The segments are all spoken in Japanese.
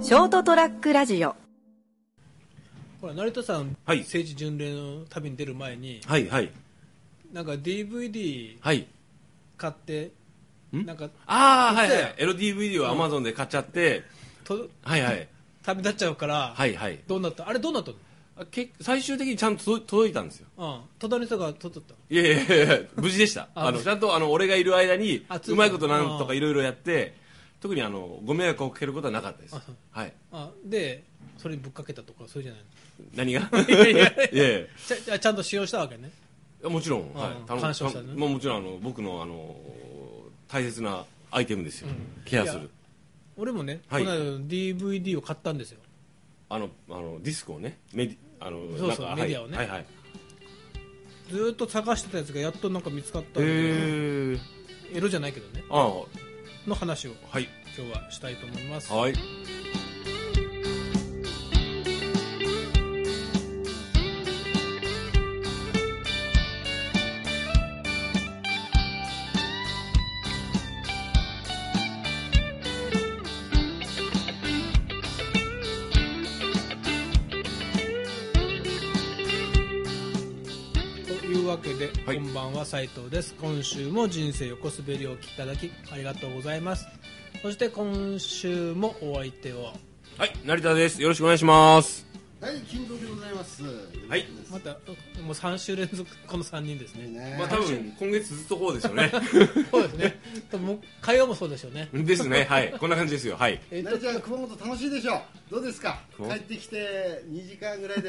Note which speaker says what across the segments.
Speaker 1: ショートトラックラジオ
Speaker 2: ほら成田さん、
Speaker 3: はい
Speaker 2: 政治巡礼の旅に出る前に
Speaker 3: はいはい
Speaker 2: なんか DVD
Speaker 3: はい
Speaker 2: 買って
Speaker 3: ん
Speaker 2: なんか
Speaker 3: ああはいは
Speaker 2: 言っ
Speaker 3: いエロ DVD をアマゾンで買っちゃって、
Speaker 2: と
Speaker 3: はいはい
Speaker 2: 旅立っちゃうから、
Speaker 3: はいはい
Speaker 2: どうなったあれどうなったの
Speaker 3: あけ最終的にちゃんと届届いたんですよ
Speaker 2: うん隣の人が撮っとった
Speaker 3: いやいやいやいや無事でした
Speaker 2: あ
Speaker 3: あのちゃんとあの俺がいる間に
Speaker 2: あ通
Speaker 3: う
Speaker 2: 知
Speaker 3: まいことなんとかいろいろやって特にあのご迷惑をかけることはなかったです
Speaker 2: あそう
Speaker 3: はい
Speaker 2: あでそれにぶっかけたとかそうじゃないの
Speaker 3: 何が い
Speaker 2: や
Speaker 3: や
Speaker 2: い
Speaker 3: い
Speaker 2: や
Speaker 3: や
Speaker 2: いや
Speaker 3: い
Speaker 2: ちゃちゃんと使用したわけね
Speaker 3: やもちろん、はい
Speaker 2: うん、
Speaker 3: 頼む
Speaker 2: 鑑賞したね
Speaker 3: たもうもちろんあの僕のあの大切なアイテムですよ、ケアす
Speaker 2: いや
Speaker 3: る
Speaker 2: 俺もね、
Speaker 3: はい
Speaker 2: この間 DVD を買ったんですよ
Speaker 3: あのあのディスクをねメディあの
Speaker 2: そうそう
Speaker 3: なんか
Speaker 2: メディアをね
Speaker 3: はいはい
Speaker 2: ずーっと探してたやつがやっとなんか見つかったんだけ
Speaker 3: へえ
Speaker 2: どエロじゃないけどね
Speaker 3: ああ
Speaker 2: の話を
Speaker 3: はい
Speaker 2: 今日はしたいと思います
Speaker 3: はい
Speaker 2: というわけで、
Speaker 3: はい
Speaker 2: こんばんは斉藤です今週も人生横滑りをお聞きいただきありがとうございますそして今週もお相手を
Speaker 3: はい成田ですよろしくお願いします
Speaker 4: はい、金蔵でございます。はい
Speaker 2: またもう3週連続この3人ですね
Speaker 4: ね、
Speaker 3: まあ多分今月ずっとこうですよ ね
Speaker 2: そうですね ともう火曜もそうでしょうね
Speaker 3: ですねはいこんな感じですよはい
Speaker 2: えっ、
Speaker 4: な
Speaker 2: と
Speaker 4: るちゃん、熊本楽しいでしょどうですか。
Speaker 3: 熊
Speaker 4: 帰
Speaker 3: 本
Speaker 4: ってきて、二時間ぐらい で。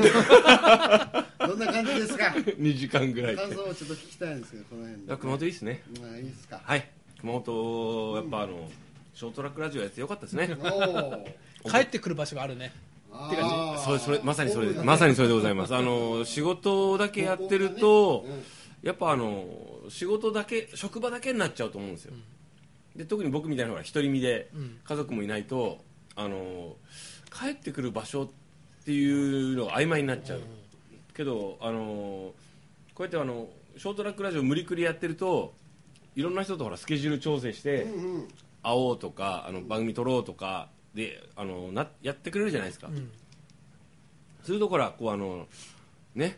Speaker 4: どんな感じですか。
Speaker 3: 2時間ぐらい
Speaker 4: 感想をちょっと聞きたいんですけど、この辺で。
Speaker 3: 熊本いいですね
Speaker 4: まあ、いいですか。
Speaker 3: はい熊本やっぱあのショートラックラジオやってよかったですね
Speaker 4: おお。
Speaker 2: 帰ってくる場所があるね
Speaker 4: あー
Speaker 2: てかね
Speaker 3: それそれまさにそれです
Speaker 4: そうだね
Speaker 3: まさにそれでございますあの仕事だけやってると、やっぱあの仕事だけ職場だけになっちゃうと思うんですよ、で特に僕みたいなのが独り身で、
Speaker 2: うん
Speaker 3: 家族もいないとあの帰ってくる場所っていうのが曖昧になっちゃう、けどあのこうやってあのショートラックラジオ無理くりやってるといろんな人とほらスケジュール調整して、
Speaker 4: うんうん。
Speaker 3: 会おうとかあの番組撮ろうとかであのなやってくれるじゃないですか、
Speaker 2: ん
Speaker 3: するとこらこうあのね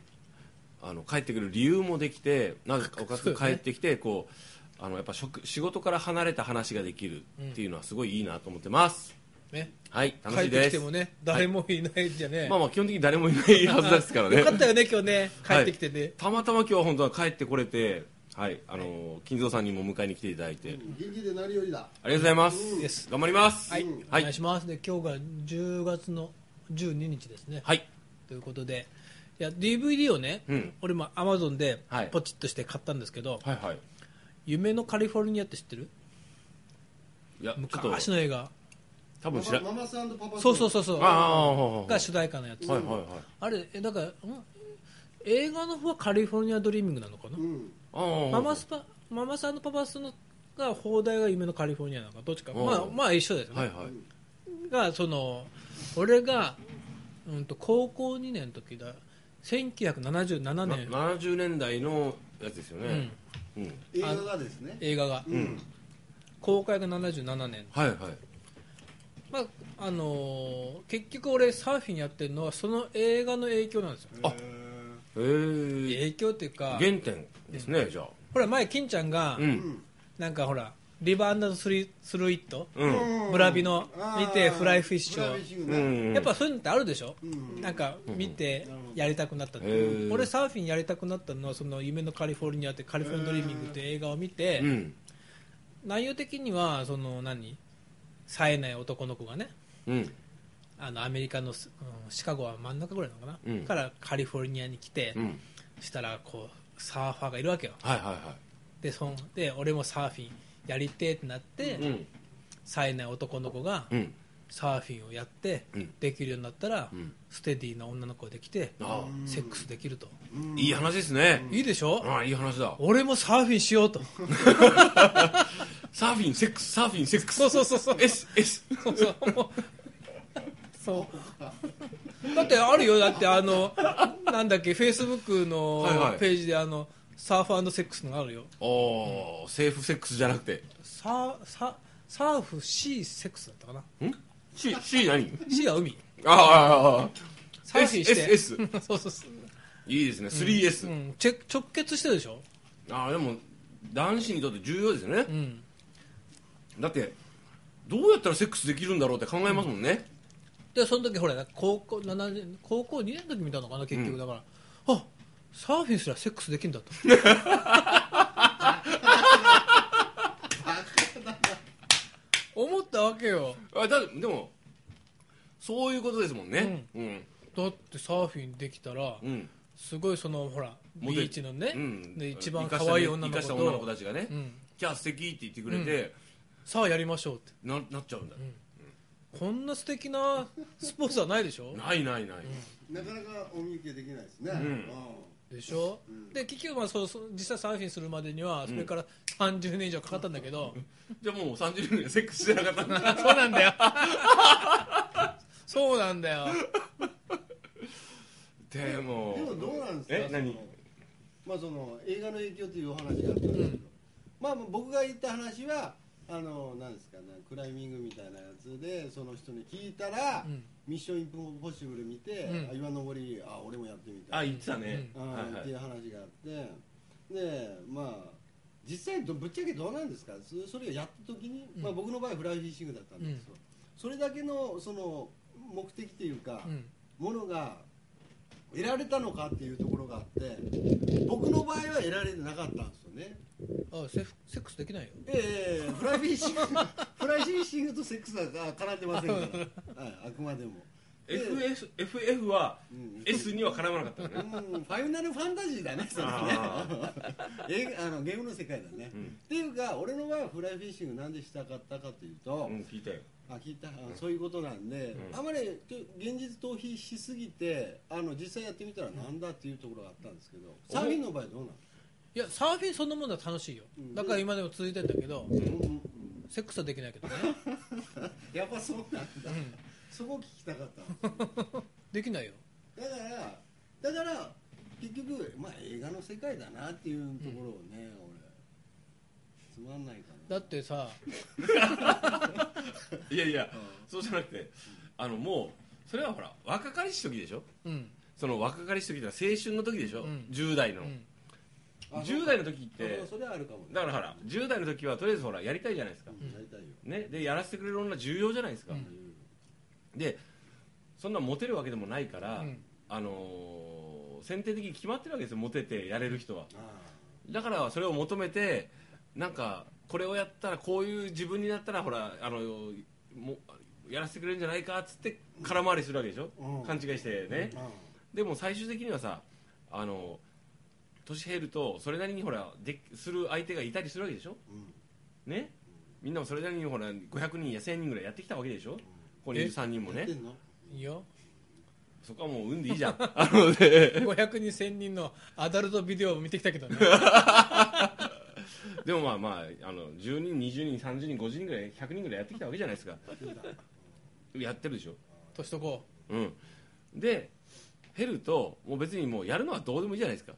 Speaker 3: あの帰ってくる理由もできてなんかおか
Speaker 2: そう
Speaker 3: ず
Speaker 2: ね
Speaker 3: 帰ってきてこうあのやっぱ職仕事から離れた話ができるっていうのはすごいいいなと思ってます、
Speaker 2: ね
Speaker 3: はい楽
Speaker 2: 帰
Speaker 3: し
Speaker 2: っ
Speaker 3: い
Speaker 2: て
Speaker 3: で
Speaker 2: き
Speaker 3: す
Speaker 2: てもね誰もいないじゃね、
Speaker 3: まあまあ基本的に誰もいないはずですからね
Speaker 2: よかったよね今日ね帰ってきてね、
Speaker 3: たまたま今日は本当は帰ってこれてはいあの金蔵さんにも迎えに来ていただいて、
Speaker 4: 元気でなるよりだ。
Speaker 3: ありがとうございます、
Speaker 2: です
Speaker 3: 頑張ります
Speaker 2: はい、
Speaker 3: は
Speaker 2: お願い
Speaker 3: い、
Speaker 2: しますで今日が10月の12日ですね
Speaker 3: はい
Speaker 2: ということでいや DVD をね、
Speaker 3: うん
Speaker 2: 俺もアマゾンで
Speaker 3: はい
Speaker 2: ポチッとして買ったんですけど「
Speaker 3: はいはい
Speaker 2: 夢のカリフォルニア」って知ってる
Speaker 3: いやちょっと
Speaker 2: 昔の映画
Speaker 3: 多分知
Speaker 4: マ
Speaker 3: ら
Speaker 4: ママさんとパパ。
Speaker 2: そうそうそうそう
Speaker 3: ああ
Speaker 2: が主題歌のやつ、
Speaker 3: はいはいはい
Speaker 2: あれえだからん映画の方はカリフォルニア・ドリーミングなのかな、
Speaker 4: うん。
Speaker 3: あー
Speaker 2: ママスパママさんのパパスのが放題が夢のカリフォルニアなのかどっちか、
Speaker 3: うん
Speaker 2: まあ、まあ一緒ですよね、
Speaker 3: はいはい
Speaker 2: がその俺が、うん、と高校2年の時だ1977
Speaker 3: な
Speaker 2: 年、
Speaker 3: 70年代のやつですよねうん、
Speaker 4: 映画がですね。
Speaker 2: 映画が、
Speaker 4: うん。
Speaker 2: 公開が77年、
Speaker 3: はいはい
Speaker 2: まああのー結局俺サーフィンやってるのはその映画の影響なんですよ
Speaker 3: あえー、
Speaker 2: 影響っていうか
Speaker 3: 原点ですねじゃあ
Speaker 2: ほら前金ちゃんが、
Speaker 3: う
Speaker 4: うんん。
Speaker 2: なんかほらリバースリスルイット、
Speaker 3: うん、
Speaker 2: ブラビの見てフライフィッシュを
Speaker 4: フライフィッシュ
Speaker 3: う
Speaker 4: ね
Speaker 3: ん、
Speaker 2: やっぱそういうのってあるでしょ、
Speaker 4: ん
Speaker 2: なんか見てやりたくなったって
Speaker 3: へー
Speaker 2: 俺サーフィンやりたくなったのはその夢のカリフォルニアってカリフォルニアドリーミングって映画を見て、
Speaker 3: うん
Speaker 2: 内容的にはその何冴えない男の子がね
Speaker 3: うん
Speaker 2: あのアメリカのす、うんシカゴは真ん中ぐらいなのかな、
Speaker 3: うん
Speaker 2: からカリフォルニアに来て、
Speaker 3: うん
Speaker 2: したらこうサーファーがいるわけよ
Speaker 3: はいは
Speaker 2: でそんで俺もサーフィンやりてえってなって、
Speaker 3: いはいうん
Speaker 2: 冴えない男の子が
Speaker 3: うん
Speaker 2: サーフィンをやって、
Speaker 3: うん
Speaker 2: できるようになったら、
Speaker 3: うん
Speaker 2: ステディな女の子ができて、
Speaker 3: あ
Speaker 2: セックスできると、
Speaker 3: あいい話ですね、
Speaker 2: いいでしょ、
Speaker 3: ああいい話だ
Speaker 2: 俺もサーフィンしよ うと
Speaker 3: サーフィンセックスサーフィンセックス
Speaker 2: そうそうそうそう
Speaker 3: S S
Speaker 2: そうそうもうそうだってあるよだってあのなんだっけフェイスブック
Speaker 3: はいは
Speaker 2: の
Speaker 3: い
Speaker 2: ページであのサーフセックスのがあるよ
Speaker 3: おー、セーフセックスじゃなくて
Speaker 2: サーササーフシーセックスだったかな
Speaker 3: うん C, C 何
Speaker 2: C は海
Speaker 3: ああああ
Speaker 2: サーフィンして
Speaker 3: S S
Speaker 2: そうそうそう、
Speaker 3: いいですね 3S、
Speaker 2: うん、チェ直結してるでしょ、
Speaker 3: ああでも男子にとって重要ですよね
Speaker 2: う、ん、
Speaker 3: だってどうやったらセックスできるんだろうって考えますもんね、
Speaker 2: でその時ほら高校7年高校2年の時見たのかな結
Speaker 3: う
Speaker 2: 局
Speaker 3: ん
Speaker 2: だから、あサーフィンすらセックスできるんだと思ったわけよ
Speaker 3: あだでもそういうことですもんねうん
Speaker 2: だってサーフィンできたら
Speaker 3: うん
Speaker 2: すごいそのほら
Speaker 3: モ
Speaker 2: ビ
Speaker 3: テる
Speaker 2: ーチのね、
Speaker 3: うん
Speaker 2: で一番可愛い女の子
Speaker 3: 生かした
Speaker 2: と
Speaker 3: 女の子たちがね、
Speaker 2: うん、
Speaker 3: キャー素敵って言ってくれて、
Speaker 2: さあやりましょうって
Speaker 3: ななっちゃうんだ、
Speaker 2: こんな素敵なスポーツはないでしょ
Speaker 3: ないないない、
Speaker 4: なかなかお見受けできないですね。
Speaker 3: ん
Speaker 2: でしょ、で結局まあそうそう実際サーフィンするまでにはそれから30年以上かかったんだけど、
Speaker 3: じゃあもう30年セックスしてなかったんだ
Speaker 2: そうなんだよそうなんだよ
Speaker 3: でも
Speaker 4: でもどうなんですか
Speaker 3: え
Speaker 4: その
Speaker 3: 何
Speaker 4: まあその映画の影響というお話があったんですけど、
Speaker 2: うん
Speaker 4: まあ僕が言った話はあのなんですかねクライミングみたいなやつでその人に聞いたら、
Speaker 2: うん
Speaker 4: ミッションインポッシブル見て、
Speaker 2: うん
Speaker 4: あ岩登りあ俺もやってみた
Speaker 3: あ
Speaker 4: い
Speaker 3: 言ってたね、
Speaker 4: うん
Speaker 3: はい
Speaker 4: っ
Speaker 3: は
Speaker 4: ていう
Speaker 3: い
Speaker 4: 話があってでまあ実際どぶっちゃけどうなんですかそそれをやった時に、
Speaker 2: うん
Speaker 4: まあ、僕の場合フライフィッシングだったんですよ、それだけのその目的というか、
Speaker 2: うん
Speaker 4: ものが得られたのかっていうところがあって僕の場合は得られてなかったんですよね
Speaker 2: あセフセックスできないよ
Speaker 4: ええフライフィッシング フライフィッシングとセックスはあ絡んでませんから、はい、あくまでも
Speaker 3: FS FF は
Speaker 4: うん
Speaker 3: S には絡まなかったの
Speaker 4: う
Speaker 3: ね、
Speaker 4: ん、ファイナルファンタジーだね、それね
Speaker 3: あ。
Speaker 4: 映画あのゲームの世界だね。
Speaker 3: うん
Speaker 4: っていうか、俺の場合はフライフィッシングなんでしたかったかというと、
Speaker 3: うん、聞いたよ
Speaker 4: あ聞いた、あそういうことなんで、
Speaker 3: うん
Speaker 4: あまりちょ現実逃避しすぎて、あの実際やってみたらなんだっていうところがあったんですけど、サーフィンの場合どうなの？
Speaker 2: いやサーフィンそのものは楽しいよ
Speaker 4: うん
Speaker 2: だから今でも続いてんだけど、
Speaker 4: うんうん
Speaker 2: セックスはできないけどね、
Speaker 4: やっぱそうなんだ。
Speaker 2: うん、
Speaker 4: そこ聞きたかったんですよ。
Speaker 2: できないよ
Speaker 4: だからだから結局まあ映画の世界だなっていうところをね、俺つまんないか
Speaker 2: だ
Speaker 4: な
Speaker 2: ってさ
Speaker 3: いやいや、そうじゃなくてあのもうそれはほら若かりし時でしょ
Speaker 2: うん
Speaker 3: その若かりし時ってのは青春の時でしょ、
Speaker 2: うん
Speaker 3: 10代
Speaker 2: う
Speaker 3: の、
Speaker 2: ん
Speaker 4: あそう
Speaker 3: 10代の時って
Speaker 4: あそれはあるかもね
Speaker 3: だからほら10代の時はとりあえずほらやりたいじゃないですか、
Speaker 4: うんやりたいよ、
Speaker 3: ね、でやらせてくれる女重要じゃないですか、
Speaker 2: う
Speaker 4: うん
Speaker 3: でそんなモテるわけでもないから、
Speaker 2: うん
Speaker 3: あのー先天的に決まってるわけですよモテてやれる人は
Speaker 4: あ
Speaker 3: だからそれを求めてなんかこれをやったらこういう自分になったらほらあのもやらせてくれるんじゃないかっつって空回りするわけでしょ、
Speaker 4: うん
Speaker 3: 勘違いしてね、
Speaker 4: ーあ
Speaker 3: でも最終的にはさあの年減るとそれなりにほらでする相手がいたりするわけでしょ
Speaker 4: ーうん
Speaker 3: ねみんなもそれなりにほら500人や1000人ぐらいやってきたわけでしょここにいる3人も
Speaker 4: や
Speaker 3: ね
Speaker 4: ってんの
Speaker 2: いいよ
Speaker 3: そこはもう運でいい じゃんあのね
Speaker 2: 500人1000人のアダルトビデオを見てきたけどね
Speaker 3: でもまあまああの10人20人30人50人ぐらい100人ぐらいやってきたわけじゃないですかやってるでしょ
Speaker 2: 年とこ
Speaker 3: うんで減るともう別にもうやるのはどうでもいいじゃないですか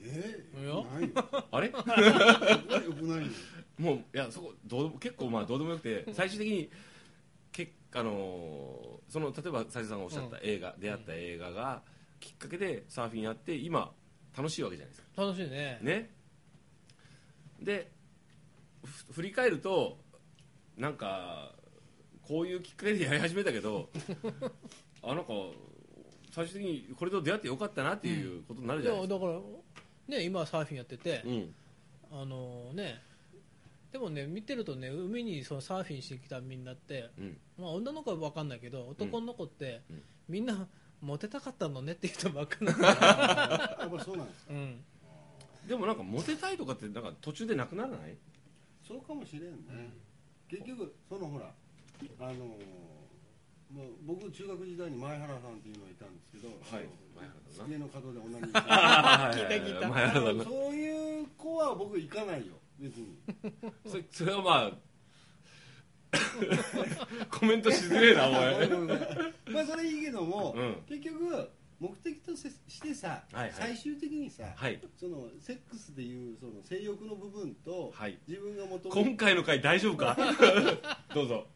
Speaker 4: え
Speaker 2: いい
Speaker 4: ー、
Speaker 2: よ
Speaker 4: ないよ
Speaker 3: あれ
Speaker 4: よく ないよ
Speaker 3: もういやそこどうでも結構まあどうでもよくて最終的にけあのーその例えば斉藤さんがおっしゃった映画、出会った映画がきっかけでサーフィンやって今楽しいわけじゃないですか
Speaker 2: う楽しいね
Speaker 3: ねでふ振り返るとなんかこういうきっかけでやり始めたけ どあなんか最終的にこれと出会ってよかったなっていうことになる
Speaker 2: い
Speaker 3: じゃ
Speaker 2: や
Speaker 3: ないですか、
Speaker 2: だからね今はサーフィンやってて、
Speaker 3: うん
Speaker 2: あのねでもね見てるとね海にそのサーフィンしてきたみんなって、
Speaker 3: うん
Speaker 2: まあ、女の子は分かんないけど男の子って、
Speaker 3: うん
Speaker 2: みんなモテたかったのねって人ばっかなんだよ
Speaker 4: やっぱそうなんです
Speaker 2: うん
Speaker 3: でもなんかモテたいとかってなんか途中でなくならない
Speaker 4: そうかもしれんね、結局そのほらあのーまあ、僕中学時代に前原さんっていうのがいたんですけど、
Speaker 3: はい前原さんな
Speaker 4: 机の角で女にいた
Speaker 3: 聞
Speaker 2: いた聞いた
Speaker 3: 前原さん の
Speaker 4: そういう子は僕行かないよ別に
Speaker 3: それそれはまあコメントしづれえ なお前
Speaker 4: まあそれいいけども、
Speaker 3: うん
Speaker 4: 結局目的とせしてさ、
Speaker 3: はいはい
Speaker 4: 最終的にさ、
Speaker 3: はい
Speaker 4: そのセックスでいうその性欲の部分と、
Speaker 3: はい
Speaker 4: 自分が求め
Speaker 3: 今回の回大丈夫かどうぞ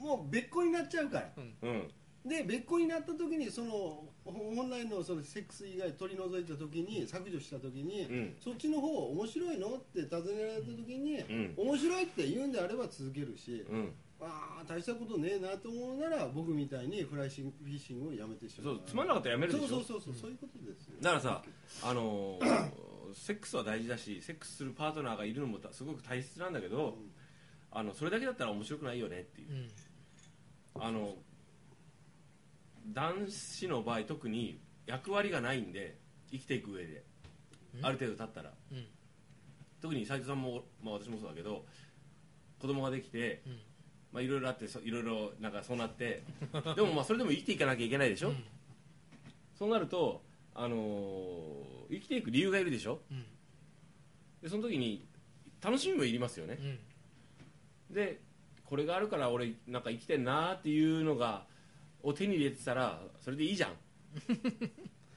Speaker 4: もう別個になっちゃうから
Speaker 3: うん
Speaker 4: で別個になった時にそのほ本来のそのセックス以外取り除いた時に削除した時に、
Speaker 3: うん
Speaker 4: そっちの方面白いのって尋ねられた時に、
Speaker 3: うん
Speaker 4: 面白いって言うんであれば続けるし、
Speaker 3: うん
Speaker 4: ああ大したことねえなと思うなら僕みたいにフライシングフィッシングをやめてしま
Speaker 3: そううつまんなかったらやめるでしょ
Speaker 4: そうそうそうそう、そういうことですよ
Speaker 3: だからさあのーセックスは大事だしセックスするパートナーがいるのもたすごく大切なんだけど、
Speaker 4: ん
Speaker 3: あのそれだけだったら面白くないよねっていう、
Speaker 2: うん
Speaker 3: あの男子の場合特に役割がないんで生きていく上で
Speaker 2: うん
Speaker 3: ある程度経ったら
Speaker 2: うん
Speaker 3: 特に斉藤さんも、まあ、私もそうだけど子供ができて
Speaker 2: うん
Speaker 3: まあいろいろあってそいろいろなんかそうなって でもまあそれでも生きていかなきゃいけないでしょ、
Speaker 2: うん
Speaker 3: そうなると、あのー生きていく理由がいるでしょ
Speaker 2: うん
Speaker 3: でその時に楽しみもいりますよね
Speaker 2: うん
Speaker 3: でこれがあるから俺なんか生きてんなーっていうのがを手に入れてたらそれでいいじゃんっ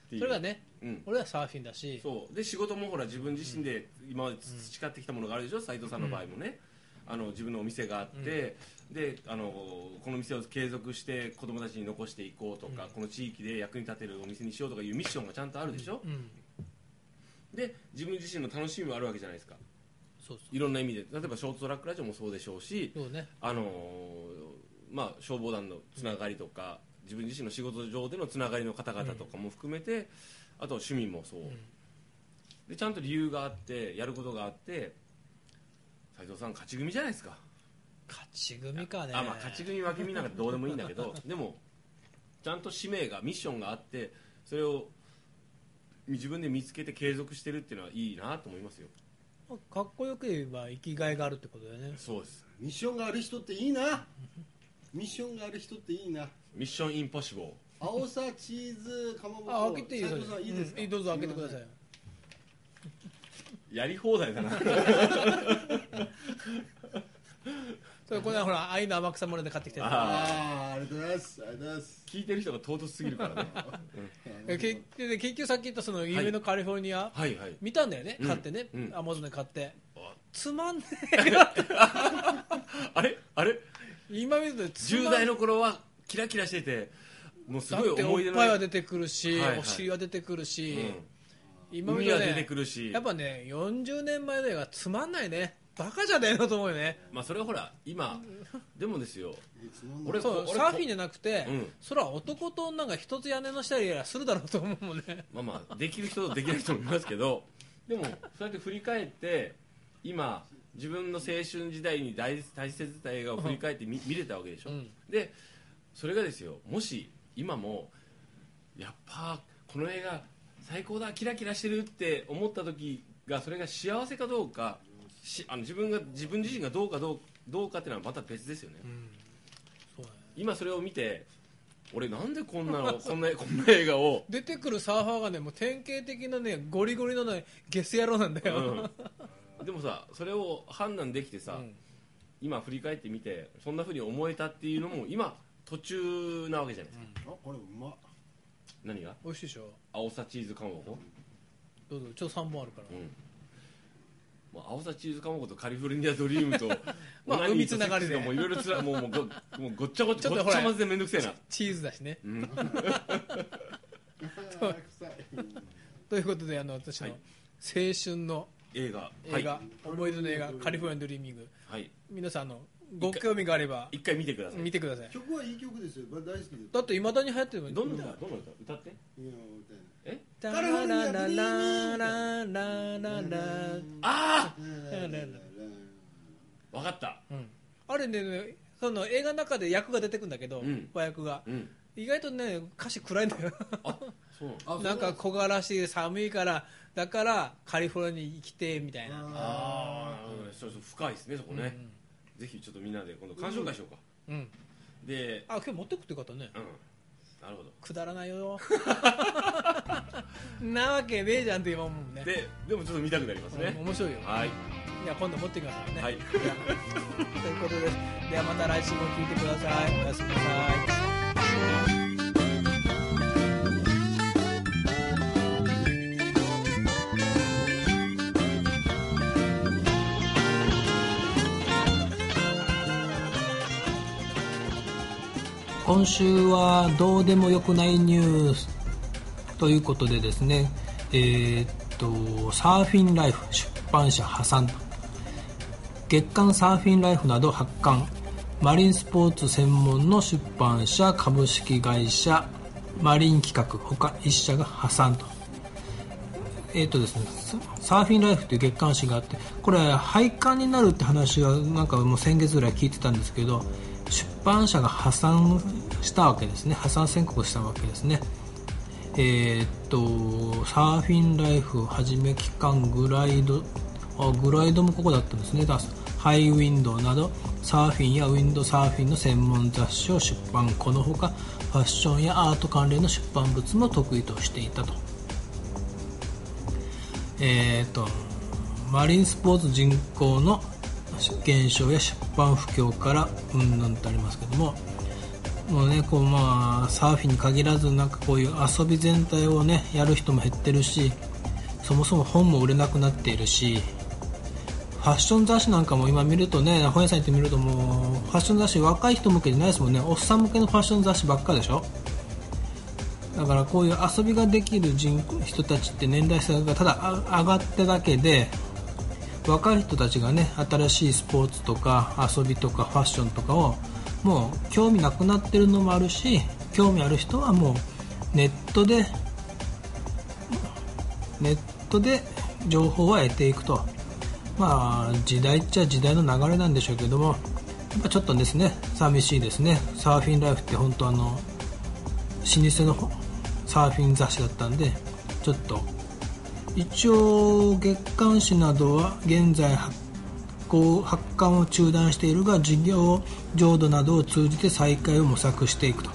Speaker 3: ていう
Speaker 2: それがね
Speaker 3: うん
Speaker 2: 俺はサーフィンだし
Speaker 3: そうで仕事もほら自分自身で今まで培ってきたものがあるでしょ斉藤さんの場合もね、あの自分のお店があって、であのこの店を継続して子供たちに残していこうとか、この地域で役に立てるお店にしようとかいうミッションがちゃんとあるでしょ、
Speaker 2: うん
Speaker 3: で自分自身の楽しみもあるわけじゃないですか
Speaker 2: そう
Speaker 3: いろんな意味で例えばショートトラックラジオもそうでしょうし、
Speaker 2: そうそうね
Speaker 3: あのーまあ、消防団のつながりとか、自分自身の仕事上でのつながりの方々とかも含めて、あと趣味もそう、でちゃんと理由があってやることがあって斉藤さん勝ち組じゃないですか、
Speaker 2: 勝ち組かね
Speaker 3: あまあ、勝ち組分け身なんかどうでもいいんだけ どでもちゃんと使命がミッションがあってそれを自分で見つけて継続してるっていうのはいいなと思いますよ
Speaker 2: かっこよく言えば生きがいがあるってことだよね
Speaker 3: そうです
Speaker 4: ミッションがある人っていいなミッションがある人っていいな
Speaker 3: ミッションインポッシブル
Speaker 4: 青さチーズかまぼこ
Speaker 2: あ開けていいよ
Speaker 4: 斉藤さんいいですか、
Speaker 2: うんどうぞ開けてくださいよ
Speaker 3: やり放題だな
Speaker 2: それこれはほら愛の甘草もらで買ってきたや
Speaker 3: あ
Speaker 4: ああありがとうございますありがとうございます
Speaker 3: 聞いてる人が唐突すぎるからね
Speaker 2: つえ結局結局さっき言ったその夢のカリフォルニア、
Speaker 3: はいはい
Speaker 2: 見たんだよね
Speaker 3: うん
Speaker 2: 買ってね、
Speaker 3: うん
Speaker 2: アマゾンで買って
Speaker 3: あ
Speaker 2: つまんねえなって
Speaker 3: あれあれ
Speaker 2: 今見るとつまん
Speaker 3: 10代の頃はキラキラしててもうす
Speaker 2: だっ
Speaker 3: ごい
Speaker 2: てお
Speaker 3: 思い出
Speaker 2: っ
Speaker 3: の
Speaker 2: ぱいは出てくるし、
Speaker 3: はいはい
Speaker 2: お尻は出てくるし、
Speaker 3: うん
Speaker 2: 今見
Speaker 3: 海
Speaker 2: る
Speaker 3: は
Speaker 2: と
Speaker 3: 出て
Speaker 2: ね
Speaker 3: くるし
Speaker 2: やっぱね40年前の映画つまんないねバカじゃねえのと思うよね
Speaker 3: まあそれはほら今でもですよ
Speaker 4: いつもの
Speaker 3: 俺
Speaker 2: そう
Speaker 3: こ
Speaker 2: サーフィンじゃなくて、
Speaker 3: うん
Speaker 2: それは男と女が一つ屋根の下でやらするだろうと思うもんね
Speaker 3: まあまあできる人とできない人もいますけどでもそうやって振り返って今自分の青春時代に大大切だった映画を振り返って見見れたわけでしょ、
Speaker 2: うん
Speaker 3: でそれがですよもし今もやっぱこの映画最高だキラキラしてるって思った時がそれが幸せかどうかしあの自分が自分自身がどうかどうどうかっていうのはまた別ですよね、
Speaker 2: そうだね
Speaker 3: 今それを見て俺なんでこんなのこんなこんな映画を
Speaker 2: 出てくるサーファーがねもう典型的なねゴリゴリのねゲス野郎なんだよ、
Speaker 3: うんでもさそれを判断できてさ、
Speaker 2: うん
Speaker 3: 今振り返ってみてそんなふうに思えたっていうのも今途中なわけじゃないですか、
Speaker 4: あこれう まっ
Speaker 3: 何が
Speaker 2: 美味しいでしょ
Speaker 3: 青さチーズかまぼこ、
Speaker 2: どうぞちょっと3本あるから、
Speaker 3: うんもう青さチーズかまぼことカリフォルニアドリームと
Speaker 2: まあ
Speaker 3: オナニーと
Speaker 2: 海つながりで
Speaker 3: セックスのもういろいろつらもうもうごもうごっちゃごっち
Speaker 2: ち
Speaker 3: ゃ
Speaker 2: ょっと
Speaker 3: ごっ
Speaker 2: ほ
Speaker 3: ち
Speaker 2: ら
Speaker 3: ゃまぜでめんどくせえな
Speaker 2: チーズだしね
Speaker 4: あー臭い
Speaker 2: ということであの私の
Speaker 3: は
Speaker 2: 青
Speaker 3: い
Speaker 2: 春の
Speaker 3: 映画
Speaker 2: 映画、
Speaker 3: はい、
Speaker 2: 思い出の映画「カリフォルニア・ドリーミング
Speaker 3: はい」
Speaker 2: 皆さんあのご興味があれば
Speaker 3: 一回見てください
Speaker 2: 見てください
Speaker 4: 曲はいい曲ですよ大好きです
Speaker 2: だっていまだに流行ってるも
Speaker 3: どんなどんな歌歌って
Speaker 4: いいの歌い
Speaker 3: え
Speaker 2: ララララララララ
Speaker 3: あ
Speaker 4: な
Speaker 2: ね
Speaker 3: あ分かった
Speaker 2: うんあれねその映画の中で役が出てくんだけど、
Speaker 3: うん
Speaker 2: 和訳が
Speaker 3: うん
Speaker 2: 意外とね歌詞暗いんだよ
Speaker 3: あそうなの
Speaker 4: あ
Speaker 2: なんか
Speaker 4: そう
Speaker 2: 小柄しい寒いからだからカリフォルニアに来てみたいな
Speaker 4: あ
Speaker 3: ああ、そうそう深いですねそこね、ぜひちょっとみんなで今度鑑賞会しようか、
Speaker 2: うん
Speaker 3: で
Speaker 2: あ今日持ってくって方ね
Speaker 3: うんなるほど
Speaker 2: くだらない よなわけねえじゃんって今思うもんね
Speaker 3: ででもちょっと見たくなりますね、
Speaker 2: うん面白いよ
Speaker 3: はい
Speaker 2: いや今度持ってきますからね、
Speaker 3: はい
Speaker 2: やということですではまた来週も聞いてくださいおやすみなさい
Speaker 1: 「
Speaker 2: 今週はどうでもよくないニュースということでですねえーっとサーフィンライフ出版社破産月刊サーフィンライフなど発刊マリンスポーツ専門の出版社株式会社マリン企画他1社が破産とえーとですね、ササーフィンライフという月刊誌があってこれ廃刊になるって話がなんかもう先月ぐらい聞いてたんですけど出版社が破産したわけですね破産宣告したわけですねえーっとサーフィンライフはじめ期間グライドあグライドもここだったんですねだハイウィンドウなどサーフィンやウィンドサーフィンの専門雑誌を出版このほかファッションやアート関連の出版物も得意としていたとえー、とマリンスポーツ人口の減少や出版不況からうんぬんとありますけどももうねこうまあサーフィンに限らずなんかこういう遊び全体をねやる人も減ってるしそもそも本も売れなくなっているしファッション雑誌なんかも今見るとね本屋さん行ってみるともうファッション雑誌若い人向けじゃないですもんねおっさん向けのファッション雑誌ばっかでしょだからこういう遊びができる人人たちって年代差がただあ上がっただけで若い人たちがね新しいスポーツとか遊びとかファッションとかをもう興味なくなってるのもあるし興味ある人はもうネットでネットで情報は得ていくとまあ時代っちゃ時代の流れなんでしょうけどもやっぱちょっとですね寂しいですねサーフィンライフって本当あの老舗のサーフィン雑誌だったんでちょっと一応月刊誌などは現在発行発刊を中断しているが事業浄土などを通じて再開を模索していくと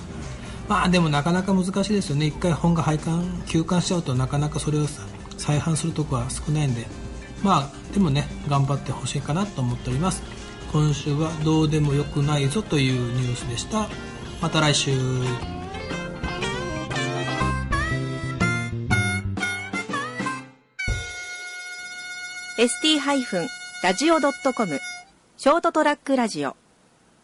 Speaker 2: まあでもなかなか難しいですよね一回本が廃刊休刊しちゃうとなかなかそれを再販するとこは少ないんでまあでもね頑張ってほしいかなと思っております今週はどうでもよくないぞというニュースでしたまた来週
Speaker 1: ST-radio.com ショートトラックラジオ